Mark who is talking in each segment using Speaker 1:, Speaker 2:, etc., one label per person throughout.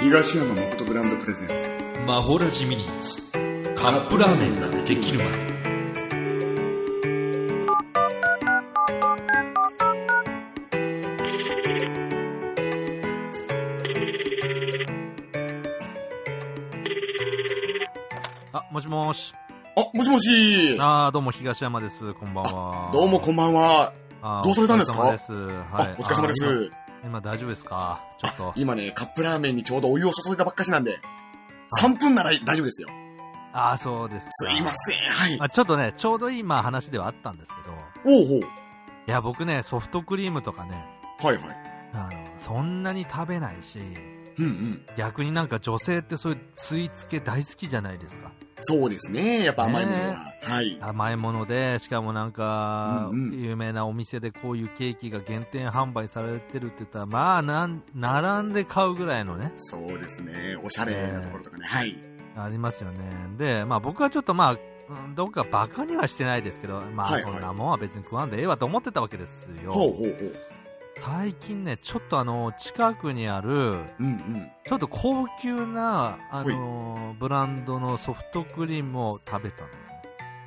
Speaker 1: 東山誠ブランドプレゼンツ
Speaker 2: マホラジミニッツカップラーメンができるまで
Speaker 3: あ、もしもし。
Speaker 1: あもしもし
Speaker 3: あーどうも東山です。こんばんは。
Speaker 1: どうもこんばんは、
Speaker 3: あー
Speaker 1: どうされたんですか
Speaker 3: お疲れ様です。はい
Speaker 1: あ。お疲れ様で
Speaker 3: あー
Speaker 1: す
Speaker 3: 今今大丈夫ですかちょっと。
Speaker 1: 今ねカップラーメンにちょうどお湯を注いだばっかしなんで3分なら大丈夫ですよ
Speaker 3: あーそうですか。
Speaker 1: すいませんはい
Speaker 3: あちょっとね、ちょうど今話ではあったんですけど、
Speaker 1: おうほう
Speaker 3: いや、僕ね、ソフトクリームとかね、
Speaker 1: はいはい
Speaker 3: あの、そんなに食べないし、
Speaker 1: うんうん
Speaker 3: 逆になんか女性ってそういうついつけ大好きじゃないですか。
Speaker 1: そうですねやっぱ甘いものは、はい
Speaker 3: 甘いもので、しかもなんか、
Speaker 1: うんうん
Speaker 3: 有名なお店でこういうケーキが限定販売されてるって言ったら、まあ、なん、並んで買うぐらいのね、
Speaker 1: そうですねおしゃれなところとかねはい
Speaker 3: ありますよね。で、まあ僕はちょっとまあ、うんどっかバカにはしてないですけど、ま
Speaker 1: は
Speaker 3: あ
Speaker 1: いは
Speaker 3: そ
Speaker 1: い
Speaker 3: んなもんは別に食わんでええわと思ってたわけですよ。
Speaker 1: ほうほうほう
Speaker 3: 最近ね、ちょっとあの、近くにある、
Speaker 1: うんうん
Speaker 3: ちょっと高級な、あの、ブランドのソフトクリームを食べたんで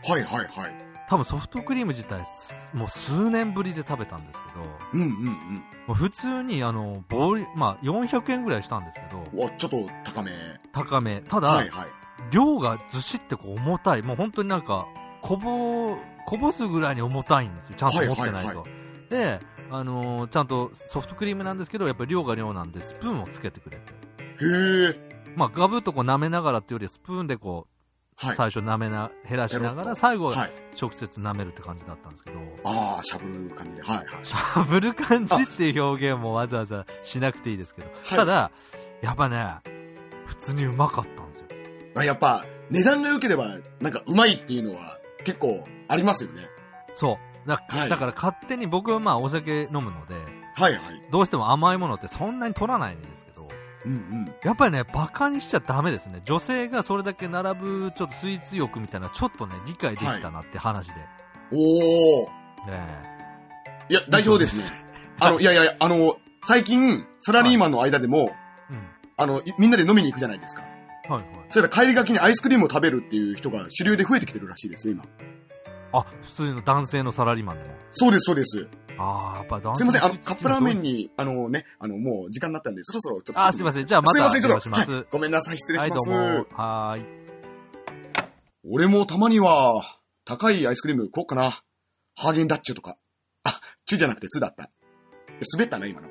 Speaker 3: すね。
Speaker 1: はいはいはい
Speaker 3: 多分ソフトクリーム自体、すもう数年ぶりで食べたんですけど、
Speaker 1: うんうん
Speaker 3: もう普通にあの、ボリ、まあ400円ぐらいしたんですけど、
Speaker 1: うんおちょっと高め
Speaker 3: 高め。ただ、
Speaker 1: はいはい
Speaker 3: 量がずしってこう重たい、もう本当になんか、こぼ、こぼすぐらいに重たいんですよ。ちゃんと持ってないと。
Speaker 1: はいはいは
Speaker 3: で、あのーちゃんとソフトクリームなんですけど、やっぱり量が量なんで、スプーンをつけてくれて。
Speaker 1: へえ
Speaker 3: まあ、ガブッとこう舐めながらっていうよりは、スプーンでこう、
Speaker 1: はい
Speaker 3: 最初舐めな、減らしな
Speaker 1: ペ
Speaker 3: が
Speaker 1: ロッ
Speaker 3: ら、
Speaker 1: と
Speaker 3: 最後、
Speaker 1: はい
Speaker 3: 直接舐めるって感じだったんですけど、
Speaker 1: ああしゃぶる感じではいはい
Speaker 3: しゃぶる感じっていう表現もわざわざしなくていいですけど、
Speaker 1: はい
Speaker 3: ただ、やっぱね、普通にうまかったんですよ。
Speaker 1: まあやっぱ、値段が良ければ、なんかうまいっていうのは結構ありますよね。
Speaker 3: そう。だ,、
Speaker 1: はい
Speaker 3: だから勝手に僕はまあお酒飲むので、
Speaker 1: はいはい。
Speaker 3: どうしても甘いものってそんなに取らないんですけど、
Speaker 1: うんうん。
Speaker 3: やっぱりね、馬鹿にしちゃダメですね。女性がそれだけ並ぶ、ちょっとスイーツ欲みたいな、ちょっとね、理解できたなって話で。
Speaker 1: おー。
Speaker 3: ね
Speaker 1: いや、代表 ですね。あの、いやいや、あの、最近、サラリーマンの間でも、
Speaker 3: えうん。
Speaker 1: あの、いみんなで飲みに行くじゃないですか。
Speaker 3: はいはい。
Speaker 1: それら帰りがけにアイスクリームを食べるっていう人が主流で増えてきてるらしいですよ、今。
Speaker 3: あ、普通の男性のサラリーマンでも。
Speaker 1: そうです、そうです。
Speaker 3: ああ、やっぱ男
Speaker 1: す
Speaker 3: 性
Speaker 1: い
Speaker 3: の
Speaker 1: ません、あ
Speaker 3: ス
Speaker 1: の、
Speaker 3: イーツ
Speaker 1: カ
Speaker 3: 好
Speaker 1: ッ
Speaker 3: き
Speaker 1: プ
Speaker 3: な
Speaker 1: ラー
Speaker 3: 人多
Speaker 1: メ
Speaker 3: い
Speaker 1: ンに、あのね、あの、もう時間になったんで、そろそろちょっと。
Speaker 3: あー、すいません。じゃあます
Speaker 1: い
Speaker 3: た
Speaker 1: ません、
Speaker 3: お
Speaker 1: ちょ
Speaker 3: 願
Speaker 1: っと。
Speaker 3: いします。
Speaker 1: はいごめんなさい、失礼
Speaker 3: は
Speaker 1: し
Speaker 3: い、
Speaker 1: ま
Speaker 3: どう
Speaker 1: す。
Speaker 3: も。はーい。
Speaker 1: 俺もたまには、高いアイスクリーム食おうかな。ハーゲンダッチュとか。あ、チュじゃなくてツだった。滑ったね、今の。